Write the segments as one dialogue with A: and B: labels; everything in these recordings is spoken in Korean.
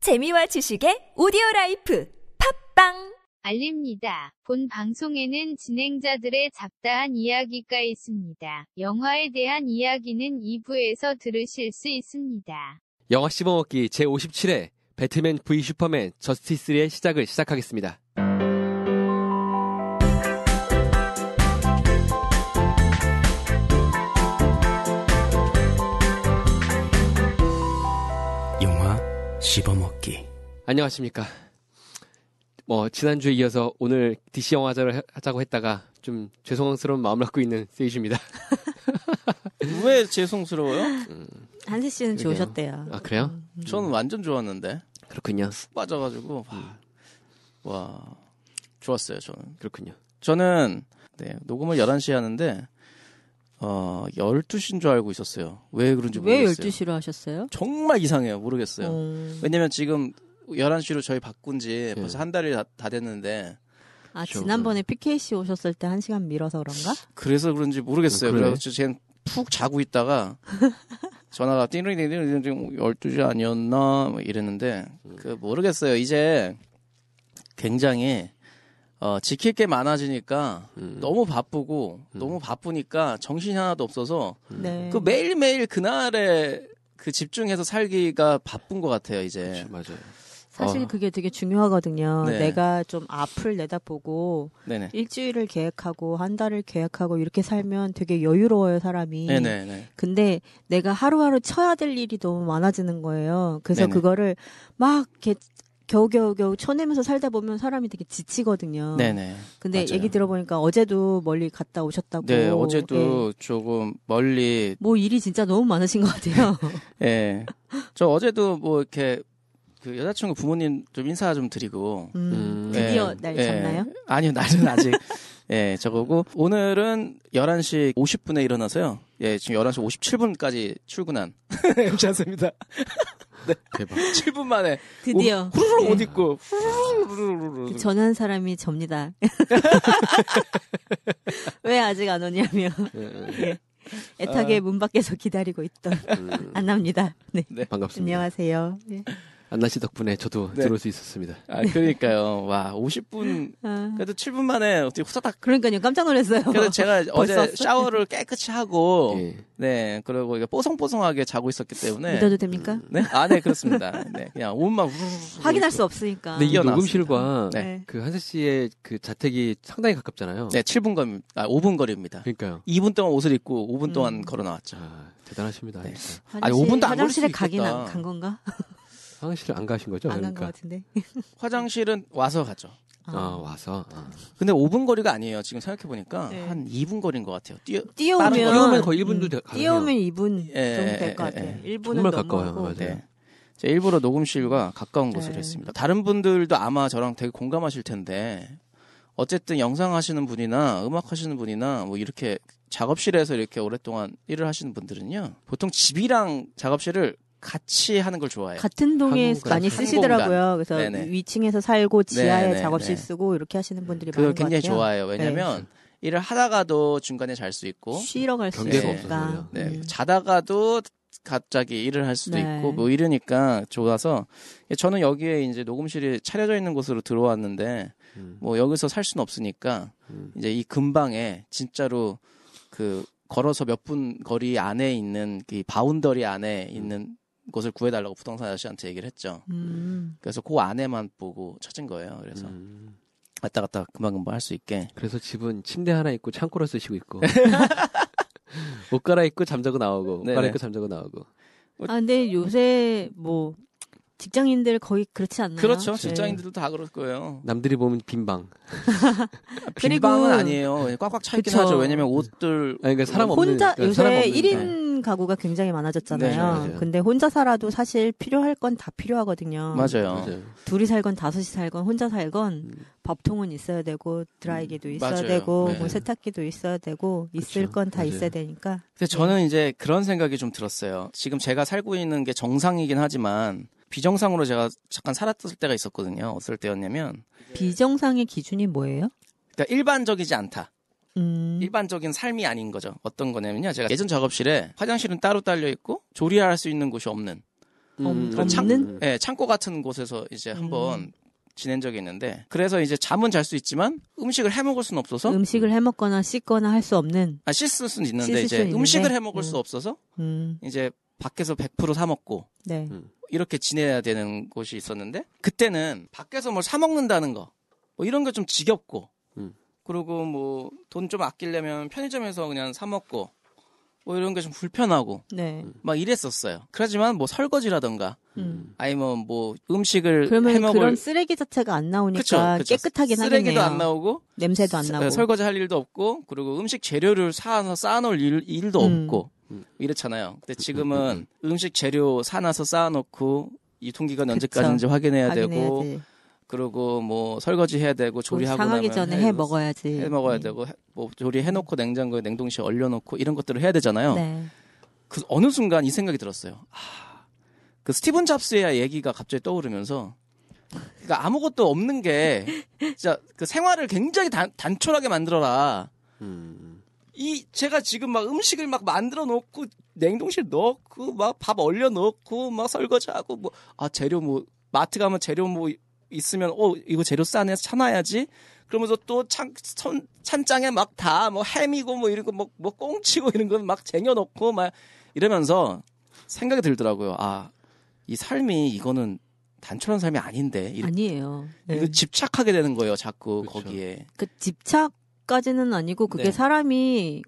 A: 재미와 지식의 오디오 라이프 팝빵
B: 알립니다. 본 방송에는 진행자들의 잡다한 이야기가 있습니다. 영화에 대한 이야기는 2부에서 들으실 수 있습니다.
C: 영화 씹어먹기 제57회 배트맨 v 슈퍼맨 저스티스 3의 시작을 시작하겠습니다.
D: 영화 씹어먹기
C: 안녕하십니까. 뭐 지난주에 이어서 오늘 DC 영화제를 하- 하자고 했다가 좀 죄송스러운 마음을 갖고 있는 세이주입니다.
E: 왜 죄송스러워요?
F: 한세 씨는
E: 네.
F: 좋으셨대요. 음.
C: 아 그래요?
E: 저는 완전 좋았는데
C: 그렇군요.
F: 네.
E: 빠져가지고 와, 와, 좋았어요 저는.
C: 그렇군요.
E: 저는 네, 녹음을 11시에 하는데 어 12시인 줄 알고 있었어요. 왜 그런지
F: 왜
E: 모르겠어요.
F: 12시로 하셨어요?
E: 정말 이상해요. 모르겠어요.
F: 음.
E: 왜냐면 지금 11시로 저희 바꾼 지 벌써 한 달이 다, 다 됐는데
F: 아,
C: 그렇죠.
F: 지난번에 PK 씨 오셨을 때 한시간 미뤄서 그런가?
E: 그래서 그런지 모르겠어요.
C: 어, 그러네.
E: 그래서 지금 푹 자고 있다가 전화가 띵링띵링띵링 12시 아니었나 뭐 이랬는데 그 모르겠어요. 이제 굉장히 어, 지킬 게 많아지니까
C: 음.
E: 너무 바쁘고 너무 바쁘니까 정신이 하나도 없어서
F: 네.
E: 그 매일매일 그날에 그 집중해서 살기가 바쁜 것 같아요, 이제.
F: 네.
C: 그렇죠, 맞아요.
F: 사실
E: 어.
F: 그게 되게 중요하거든요.
E: 네.
F: 내가 좀 앞을 내다보고
E: 네네.
F: 일주일을 계획하고 한 달을 계획하고 이렇게 살면 되게 여유로워요, 사람이.
E: 네네네.
F: 근데 내가 하루하루 쳐야 될 일이 너무 많아지는 거예요. 그래서
E: 네네.
F: 그거를 막 이렇게 겨우겨우 겨우 쳐내면서 살다 보면 사람이 되게 지치거든요.
E: 네네.
F: 근데
E: 맞아요.
F: 얘기 들어보니까 어제도 멀리 갔다 오셨다고.
E: 네,
F: 예.
E: 어제도 조금 멀리
F: 뭐 일이 진짜 너무 많으신 것 같아요.
E: 예. 저 어제도 뭐 이렇게 그 여자친구 부모님 좀 인사 좀 드리고.
F: 음,
C: 음.
F: 드디어
E: 예,
F: 날
E: 예.
F: 잡나요?
E: 아니요, 날은 아직. 예, 저거고. 오늘은 11시 50분에 일어나서요. 예, 지금 11시 57분까지 출근한. 괜찮습니다.
F: 네.
C: 대박.
E: 7분 만에.
F: 드디어.
E: 옷, 후루룩 옷
F: 예.
E: 입고.
F: 그
E: 후루룩.
F: 전화한 사람이 접니다. 왜 아직 안 오냐며 예. 애타게 문 밖에서 기다리고 있던 안 납니다. 네.
C: 반갑습니다.
F: 안녕하세요. 예.
C: 안나 씨 덕분에 저도
E: 네.
C: 들어올 수 있었습니다.
E: 아, 그러니까요. 와, 50분.
F: 아,
E: 그래도 7분 만에 어떻게 후다닥.
F: 그러니까요. 깜짝 놀랐어요.
E: 그래서 제가
F: 벌써
E: 어제 샤워를 깨끗이 하고.
C: 예.
E: 네, 그리고 이게 뽀송뽀송하게 자고 있었기 때문에.
F: 믿어도 됩니까?
E: 네? 아, 네, 그렇습니다. 네, 그냥 옷만 후루룩
F: 확인할 수 없으니까.
C: 근데 네, 이
E: 음. 이어나왔습니다.
C: 녹음실과
F: 네.
C: 그 한세 씨의 그 자택이 상당히 가깝잖아요.
E: 네, 7분 거 아, 5분 거리입니다.
C: 그러니까요.
E: 2분 동안 옷을 입고 5분
F: 음.
E: 동안 걸어 나왔죠.
C: 아, 대단하십니다.
E: 네.
C: 진짜.
F: 화장실-
E: 아니, 5분도 안 걸릴
F: 화장실에
E: 수
F: 가긴
E: 있겠다.
F: 안- 간 건가?
C: 화장실 안 가신 거죠?
F: 안 간 것
C: 그러니까.
F: 같은데.
E: 화장실은 와서 가죠.
C: 아, 와서. 아.
E: 근데 5분 거리가 아니에요. 지금 생각해 보니까
F: 네.
E: 한 2분 거리인 것 같아요. 뛰어
F: 뛰어오면
E: 빠른
C: 거- 뛰어오면 거의 1분도 돼- 가네요.
F: 뛰어오면 2분
E: 예,
F: 정도 될 것
E: 예, 예,
F: 같아요.
E: 예.
F: 1분은
C: 정말 가까워요. 맞아요.
E: 네. 제가 일부러 녹음실과 가까운 곳을
F: 네.
E: 했습니다. 다른 분들도 아마 저랑 되게 공감하실 텐데 어쨌든 영상 하시는 분이나 음악 하시는 분이나 뭐 이렇게 작업실에서 이렇게 오랫동안 일을 하시는 분들은요 보통 집이랑 작업실을 같이 하는 걸 좋아해요.
F: 같은 동에
C: 한국은
E: 네.
F: 많이
E: 한국은
F: 쓰시더라고요. 그래서
E: 네네.
F: 위층에서 살고 지하에
E: 네네,
F: 작업실
E: 네.
F: 쓰고 이렇게 하시는 분들이
E: 그거
F: 많은
E: 굉장히
F: 것 같아요. 네.
E: 좋아해요. 왜냐면 일을 하다가도 중간에 잘 수 있고
F: 쉬러 갈 수
C: 경계가
F: 있으니까.
C: 없어서요.
E: 네.
F: 음.
E: 자다가도 갑자기 일을 할 수도
F: 네.
E: 있고 뭐 이러니까 좋아서 저는 여기에 이제 녹음실이 차려져 있는 곳으로 들어왔는데
C: 음.
E: 뭐 여기서 살 수는 없으니까 이제 이 근방에 진짜로 그 걸어서 몇 분 거리 안에 있는 그 바운더리 안에 있는 곳을 구해달라고 부동산 아저씨한테 얘기를 했죠.
F: 음.
E: 그래서 그 안에만 보고 찾은 거예요. 그래서
C: 음.
E: 왔다 갔다 금방금방 할 수 있게.
C: 그래서 집은 침대 하나 있고 창고로 쓰시고 있고 옷 갈아입고 잠자고 나오고 옷
E: 네네.
C: 갈아입고 잠자고 나오고
F: 아 근데 요새 뭐 직장인들 거의 그렇지 않나요?
E: 그렇죠.
F: 네.
E: 직장인들도 다 그럴 거예요.
C: 남들이 보면 빈방
F: 아, 그리고-
E: 빈방은 아니에요. 예, 꽉꽉 차 있긴
F: 그쵸. 음.
E: 하죠. 왜냐면 옷들
C: 아니 그러니까 사람 없는
F: 어, 혼자
C: 그러니까 사람
F: 요새
C: 없는-
F: 일인 가구가 굉장히 많아졌잖아요.
E: 네,
C: 맞아요.
F: 근데 혼자 살아도 사실 필요할 건 다 필요하거든요.
E: 맞아요.
C: 맞아요.
F: 둘이 살건 다섯이 살건 혼자 살건 밥통은 있어야 되고 드라이기도 있어야
E: 맞아요.
F: 되고
C: 네.
F: 뭐 세탁기도 있어야 되고 있을
C: 그쵸.
F: 건 다
C: 맞아요.
F: 있어야 되니까
E: 근데 저는 이제 그런 생각이 좀 들었어요. 지금 제가 살고 있는 게 정상이긴 하지만 비정상으로 제가 잠깐 살았을 때가 있었거든요. 어떨 때였냐면
F: 비정상의 기준이 뭐예요?
E: 그러니까 일반적이지 않다.
F: 음,
E: 일반적인 삶이 아닌 거죠. 어떤 거냐면요. 제가 예전 작업실에 화장실은 따로 딸려 있고 조리할 수 있는 곳이 없는
C: 음,
F: 없-
E: 그 창-
F: 없는?
E: 예, 창고 같은 곳에서 이제 한번
F: 음.
E: 지낸 적이 있는데 그래서 이제 잠은 잘 수 있지만 음식을 해 먹을 수는 없어서
F: 음식을 해 먹거나 씻거나 할 수 없는.
E: 아, 씻을 수는 있는데
F: 씻을
E: 이제
F: 수는 있는데?
E: 음식을 해 먹을 수
F: 음.
E: 없어서
F: 음,
E: 이제 밖에서 100%사 먹고
F: 네.
E: 이렇게 지내야 되는 곳이 있었는데 그때는 밖에서 뭘 사 먹는다는 거 뭐 이런 게 좀 지겹고
C: 음.
E: 그리고 뭐 돈 좀 아끼려면 편의점에서 그냥 사 먹고 뭐 이런 게 좀 불편하고
F: 네.
E: 막 이랬었어요. 그러지만 뭐 설거지라던가
F: 음.
E: 아니면 뭐 음식을 해
F: 그러면
E: 먹을
F: 그런 쓰레기 자체가 안 나오니까 깨끗하긴 하겠네요.
E: 쓰레기도 안 나오고
F: 냄새도 안 나고.
E: 네, 설거지 할 일도 없고 그리고 음식 재료를 사서 쌓아놓을 일, 도
F: 음.
E: 없고 이렇잖아요. 근데 지금은 음, 음식 재료 사놔서 쌓아놓고 유통기간 언제까지인지 확인해야, 되고
F: 확인해야지.
E: 그리고 뭐 설거지 해야 되고 조리하고
F: 상하기
E: 나면
F: 전에
E: 해-
F: 해 먹어야지. 네.
E: 해 먹어야 되고 해- 뭐 조리해놓고 냉장고에 냉동실에 얼려놓고 이런 것들을 해야 되잖아요.
F: 네.
E: 그 어느 순간 이 생각이 들었어요. 아, 그 스티븐 잡스의 얘기가 갑자기 떠오르면서 그러니까 아무것도 없는 게 진짜 그 생활을 굉장히 단, 단촐하게 만들어라.
C: 음,
E: 이 제가 지금 막 음식을 막 만들어 놓고 냉동실 넣고 막 밥 얼려 놓고 막 설거지하고 뭐 아 재료 뭐 마트 가면 재료 뭐 있으면 어 이거 재료 싸네 사놔야지 그러면서 또찬 찬장에 막 다 뭐 햄이고 뭐 이런 거뭐 뭐 꽁치고 이런 건 막 쟁여 놓고 막 이러면서 생각이 들더라고요 아 이 삶이 이거는 단촐한 삶이 아닌데 이
F: 아니에요. 네.
E: 이거 집착하게 되는 거예요 자꾸
C: 그쵸.
E: 거기에
F: 그 집착까지는 아니고 그게
E: 네.
F: 사람이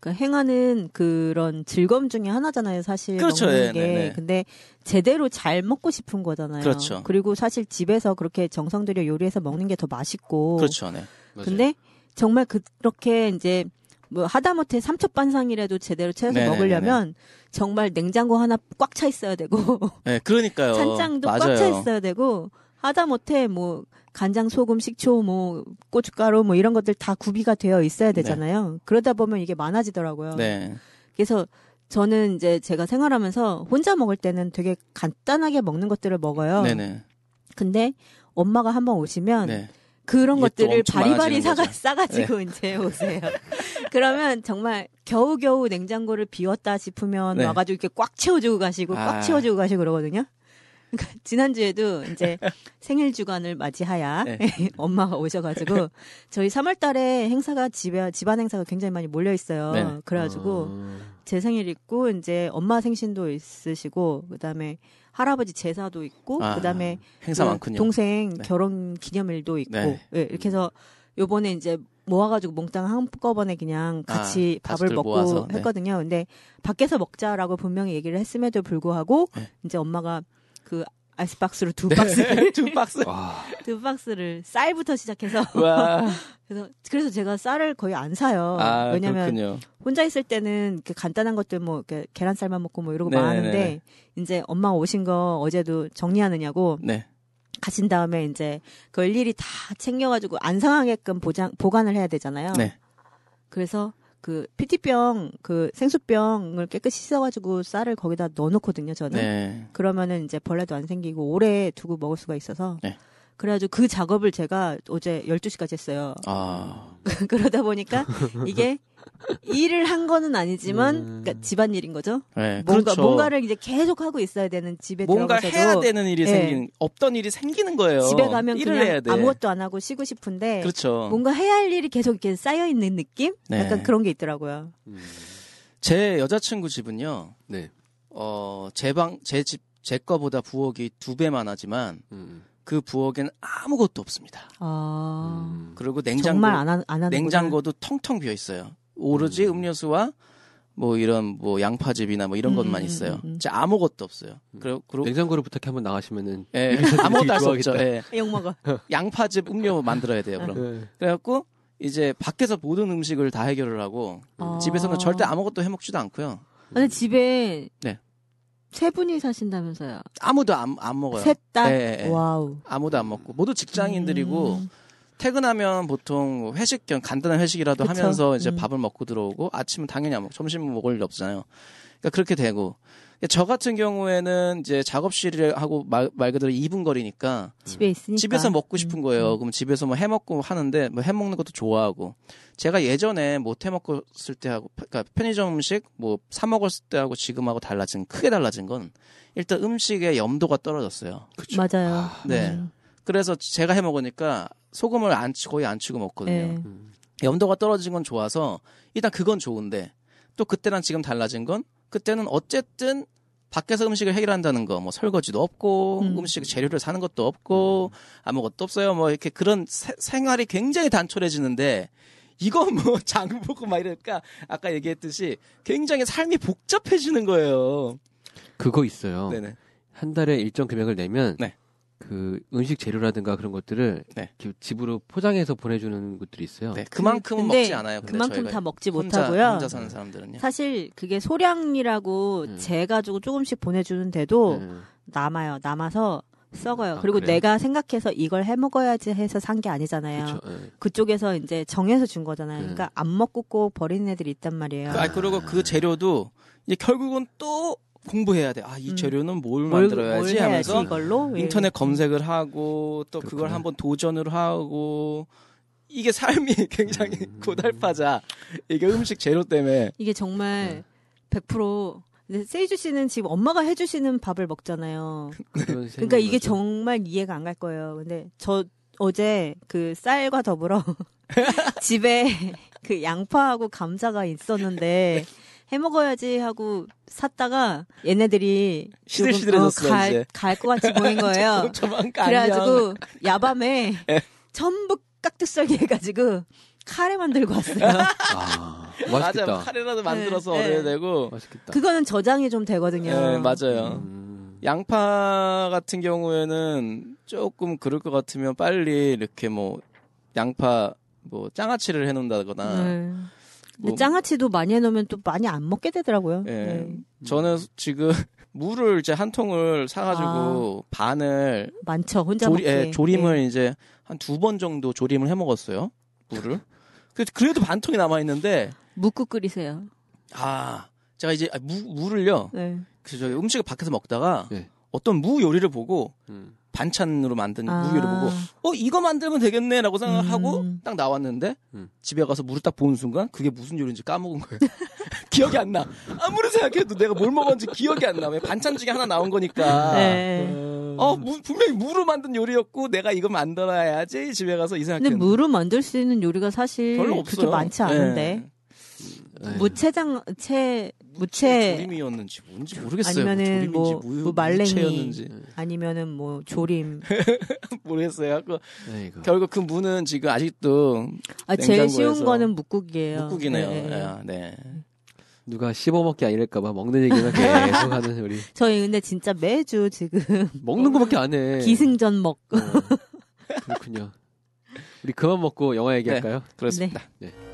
F: 그 행하는 그런 즐거움 중에 하나잖아요, 사실.
E: 그렇죠.
F: 먹는
E: 예,
F: 게.
E: 네, 네.
F: 근데 제대로 잘 먹고 싶은 거잖아요.
E: 그렇죠.
F: 리고 사실 집에서 그렇게 정성 들여 요리해서 먹는 게 더 맛있고.
E: 그렇죠 네
F: 어. 근데 정말 그렇게 이제 뭐 하다못해 삼첩반상이라도 제대로 채워서
E: 네네네네.
F: 먹으려면 정말 냉장고 하나 꽉 차 있어야 되고
E: 네, 그러니까요
F: 찬장도 꽉 차
E: 맞아요.
F: 있어야 되고 하다못해 뭐 간장, 소금, 식초, 뭐 고춧가루 뭐 이런 것들 다 구비가 되어 있어야 되잖아요. 그러다 보면 이게 많아지더라고요.
E: 네.
F: 그래서 저는 이제 제가 생활하면서 혼자 먹을 때는 되게 간단하게 먹는 것들을 먹어요.
E: 네네.
F: 근데 엄마가 한번 오시면
E: 네.
F: 그런
E: 이게 또
F: 것들을
E: 엄청
F: 바리바리
E: 많아지는
F: 사가,
E: 거죠. 네.
F: 싸가지고 이제 오세요. 그러면 정말 겨우겨우 냉장고를 비웠다 싶으면
E: 네.
F: 와가지고 이렇게 꽉 채워주고 가시고
E: 아.
F: 꽉 채워주고 가시고 그러거든요. 그러니까 지난주에도 이제 생일 주간을 맞이하야
E: 네.
F: 엄마가 오셔가지고 저희 3월달에 행사가 집에 집안 행사가 굉장히 많이 몰려 있어요.
E: 네.
F: 그래가지고 제 생일 있고 이제 엄마 생신도 있으시고 그다음에 할아버지 제사도 있고
E: 아.
F: 그다음에
E: 행사
F: 그
E: 많군요.
F: 동생
E: 네.
F: 결혼 기념일도 있고
E: 네.
F: 예, 이렇게 해서 요번에 이제 모아가지고 몽땅 한꺼번에 그냥
E: 아,
F: 같이 밥을
E: 가족들
F: 먹고
E: 모아서, 네.
F: 했거든요. 근데 밖에서 먹자라고 분명히 얘기를 했음에도 불구하고
E: 네.
F: 이제 엄마가 그 아이스박스로 두 박스
E: 두 박스.
C: 아,
F: 두 박스를 쌀부터 시작해서
E: 와.
F: 그래서 그래서 제가 쌀을 거의 안 사요.
E: 아,
F: 어, 왜냐면
E: 그렇군요.
F: 혼자 있을 때는 이렇게 간단한 것들 뭐 이렇게 계란쌀만 먹고 뭐 이러고
E: 네네네.
F: 많은데 이제 엄마 오신 거 어제도 정리하느냐고
E: 네.
F: 가신 다음에 이제 그 일일이 다 챙겨가지고 안 상하게끔 보장 보관을 해야 되잖아요.
E: 네.
F: 그래서 그 피티병 그 생수병을 깨끗이 씻어가지고 쌀을 거기다 넣어놓거든요. 저는
E: 네.
F: 그러면은 이제 벌레도 안 생기고 오래 두고 먹을 수가 있어서.
E: 네.
F: 그래가지고 그 작업을 제가 어제 12시까지 했어요.
E: 아.
F: 그러다 보니까 이게 일을 한 거는 아니지만
C: 음.
F: 그러니까 집안일인 거죠.
E: 네.
F: 뭔가
E: 그렇죠.
F: 뭔가를 이제 계속 하고 있어야 되는 집에
E: 뭔가
F: 들어가서도
E: 해야 되는 일이
F: 네.
E: 생기는 없던 일이 생기는 거예요.
F: 집에 가면
E: 일을 해야
F: 그냥
E: 돼.
F: 아무것도 안 하고 쉬고 싶은데
E: 그렇죠.
F: 뭔가 해야 할 일이 계속 이렇게 쌓여 있는 느낌?
E: 네.
F: 약간 그런 게 있더라고요.
E: 제 여자친구 집은요.
C: 음. 네.
E: 어, 제 방, 제 집, 제 거보다 부엌이 두 배만 하지만
C: 음,
E: 그 부엌엔 아무것도 없습니다.
F: 아,
C: 음.
E: 그리고 냉장고
F: 정말 안, 하, 안 하는
E: 냉장고도 텅텅 비어 있어요. 오로지
C: 음.
E: 음. 료수와뭐 이런 뭐 양파즙이나 뭐 이런
F: 음,
E: 것만
F: 음,
E: 있어요.
F: 음, 음.
E: 진짜 아무것도 없어요. 그리고 그리고
C: 냉장고를 부탁해 한번 나가시면은
E: 예, 아무것도 할 수 없죠.
C: 좋아하겠다.
E: 예.
F: 욕 먹어.
E: 양파즙 음료 만들어야 돼요. 그럼
F: 네.
E: 그래갖고 이제 밖에서 모든 음식을 다 해결을 하고
F: 아.
E: 집에서는 절대 아무것도 해먹지도 않고요.
F: 근데 집에
E: 네.
F: 세 분이 사신다면서요?
E: 아무도 안, 안 먹어요.
F: 셋 다.
E: 예, 예, 예.
F: 와우.
E: 아무도 안 먹고 모두 직장인들이고
F: 음.
E: 퇴근하면 보통 뭐 회식 겸 간단한 회식이라도
F: 그쵸.
E: 하면서 이제
F: 음.
E: 뭐 밥을 먹고 들어오고 아침은 당연히 안 먹고 점심은 먹을 일 없잖아요. 그러니까 그렇게 되고 저 같은 경우에는 이제 작업실하고 말, 말 그대로 2분 거리니까
F: 집에 있으니까. 음.
E: 집에서 먹고 싶은 거예요. 그럼 집에서 뭐 해먹고 하는데 뭐 해먹는 것도 좋아하고 제가 예전에 못 해먹었을 때 하고 그러니까 편의점 음식 뭐 사 먹었을 때 하고 지금하고 달라진 크게 달라진 건 일단 음식의 염도가 떨어졌어요.
F: 맞아요.
E: 네.
F: 음.
E: 그래서 제가 해 먹으니까 소금을 안 치- 거의 안 치고 먹거든요.
F: 네.
E: 염도가 떨어진 건 좋아서 일단 그건 좋은데 또 그때랑 지금 달라진 건 그때는 어쨌든 밖에서 음식을 해결한다는 거 뭐 설거지도 없고
F: 음.
E: 음. 식 재료를 사는 것도 없고 아무것도 없어요 뭐 이렇게 그런 세- 생활이 굉장히 단촐해지는데 이건 뭐 장보고 막 이러니까 아까 얘기했듯이 굉장히 삶이 복잡해지는 거예요.
C: 그거 있어요.
E: 네네.
C: 한 달에 일정 금액을 내면
E: 네.
C: 그 음식 재료라든가 그런 것들을
E: 네.
C: 이렇게 집으로 포장해서 보내주는 곳들이 있어요.
E: 네, 그만큼은
F: 근데
E: 먹지 않아요. 근데
F: 그만큼
E: 저희가
F: 다 먹지
E: 혼자-
F: 못하고요.
E: 혼자 사는 사람들은요.
F: 사실 그게 소량이라고
C: 음.
F: 재가지고 조금씩 보내주는데도
C: 음.
F: 남아요. 남아서 썩어요.
C: 아,
F: 그리고
C: 그래요?
F: 내가 생각해서 이걸 해 먹어야지 해서 산 게 아니잖아요.
C: 그쵸, 예.
F: 그쪽에서 이제 정해서 준 거잖아요.
E: 네.
C: 음.
F: 그러니까 안 먹고 꼭 버리는 애들이 있단 말이에요.
E: 아, 그리고 그 재료도 이제 결국은 또 공부해야 돼. 아, 이
F: 음.
E: 재료는 뭘,
F: 뭘-
E: 만들어야지
F: 뭘 해야지
E: 하면서
F: 이걸로 예.
E: 인터넷 검색을 하고 또 그걸
C: 그렇구나.
E: 한번 도전을 하고 이게 삶이 굉장히
F: 음.
E: 고달파자 이게 음식 재료 때문에 네.
F: 이게 정말 100% 근데 세이주 씨는 지금 엄마가 해주시는 밥을 먹잖아요.
C: 그런
F: 그러니까
C: 셈인
F: 이게
C: 거죠.
F: 정말 이해가 안 갈 거예요. 근데 저 어제 그 쌀과 더불어 집에 그 양파하고 감자가 있었는데 해 먹어야지 하고 샀다가 얘네들이
E: 시들시들해졌어요, 이제.
F: 갈갈 것 같이 보인 거예요.
E: 조만간 안녕.
F: 어. 그래가지고 야밤에
E: 예.
F: 전부 깍둑썰기 해가지고 카레 만들고 왔어요.
C: 아,
E: 맞아요.
C: 맛있겠다.
E: 카레라도 만들어서
F: 네,
E: 얻어야
F: 네.
E: 되고
C: 맛있겠다.
F: 그거는 저장이 좀 되거든요.
E: 예, 맞아요.
C: 음.
E: 양파 같은 경우에는 조금 그럴 것 같으면 빨리 이렇게 뭐 양파 뭐 장아찌를 해놓는다거나
F: 네. 근데
E: 뭐-
F: 장아찌도 많이 해놓으면 또 많이 안 먹게 되더라고요.
E: 예.
F: 네.
E: 저는 지금 물을 이제 한 통을 사가지고 반을
F: 많죠. 아. 혼자 네.
E: 조리,
F: 먹기.
E: 예, 조림을 이제 한 두 번 정도 조림을 해 먹었어요. 물을. 그- 그래도 반 통이 남아 있는데
F: 묵고 끓이세요.
E: 아 제가 이제 아, 무, 물을요.
F: 네.
E: 그저 음식을 밖에서 먹다가
C: 네.
E: 어떤 무 요리를 보고
C: 음.
E: 반찬으로 만든
F: 아.
E: 무 요리를 보고 어 이거 만들면 되겠네라고 생각하고
F: 음.
E: 딱 나왔는데
C: 음.
E: 집에 가서 물을 딱 보는 순간 그게 무슨 요리인지 까먹은 거예요. 기억이 안 나. 아무리 생각해도 내가 뭘 먹었는지 기억이 안 나. 왜 반찬 중에 하나 나온 거니까.
F: 네.
E: 어 무- 분명히 무로 만든 요리였고 내가 이거 만들어야지 집에 가서 이
F: 근데
E: 생각했는데
F: 무로 만들 수 있는 요리가 사실
E: 별로
F: 그렇게
E: 없어요. 예.
F: 많지 않은데
C: 에이.
F: 무채장 채
E: 무채
F: 무채
E: 조림이었는지 뭔지 모르겠어요.
F: 아니면은
E: 조림인지
F: 뭐-
E: 무-
F: 뭐 말랭이.
E: 무채였는지
F: 아니면은 뭐 조림.
E: 모르겠어요. 그
C: 에이구.
E: 결국 그 무는 지금 아직도
F: 아 제일 쉬운
E: 냉장고에서
F: 거는 묵국이에요.
E: 묵국이네요.
F: 네, 네.
E: 아, 네.
C: 누가 씹어먹기 아니랄까봐 먹는 얘기만 계속 하는 우리.
F: 저희 근데 진짜 매주 지금
C: 먹는 거밖에 안
E: 예.
C: 해.
F: 기승전 먹.
C: 어, 그렇군요. 우리 그만 먹고 영화 얘기할까요?
E: 그렇습니다.
C: 네.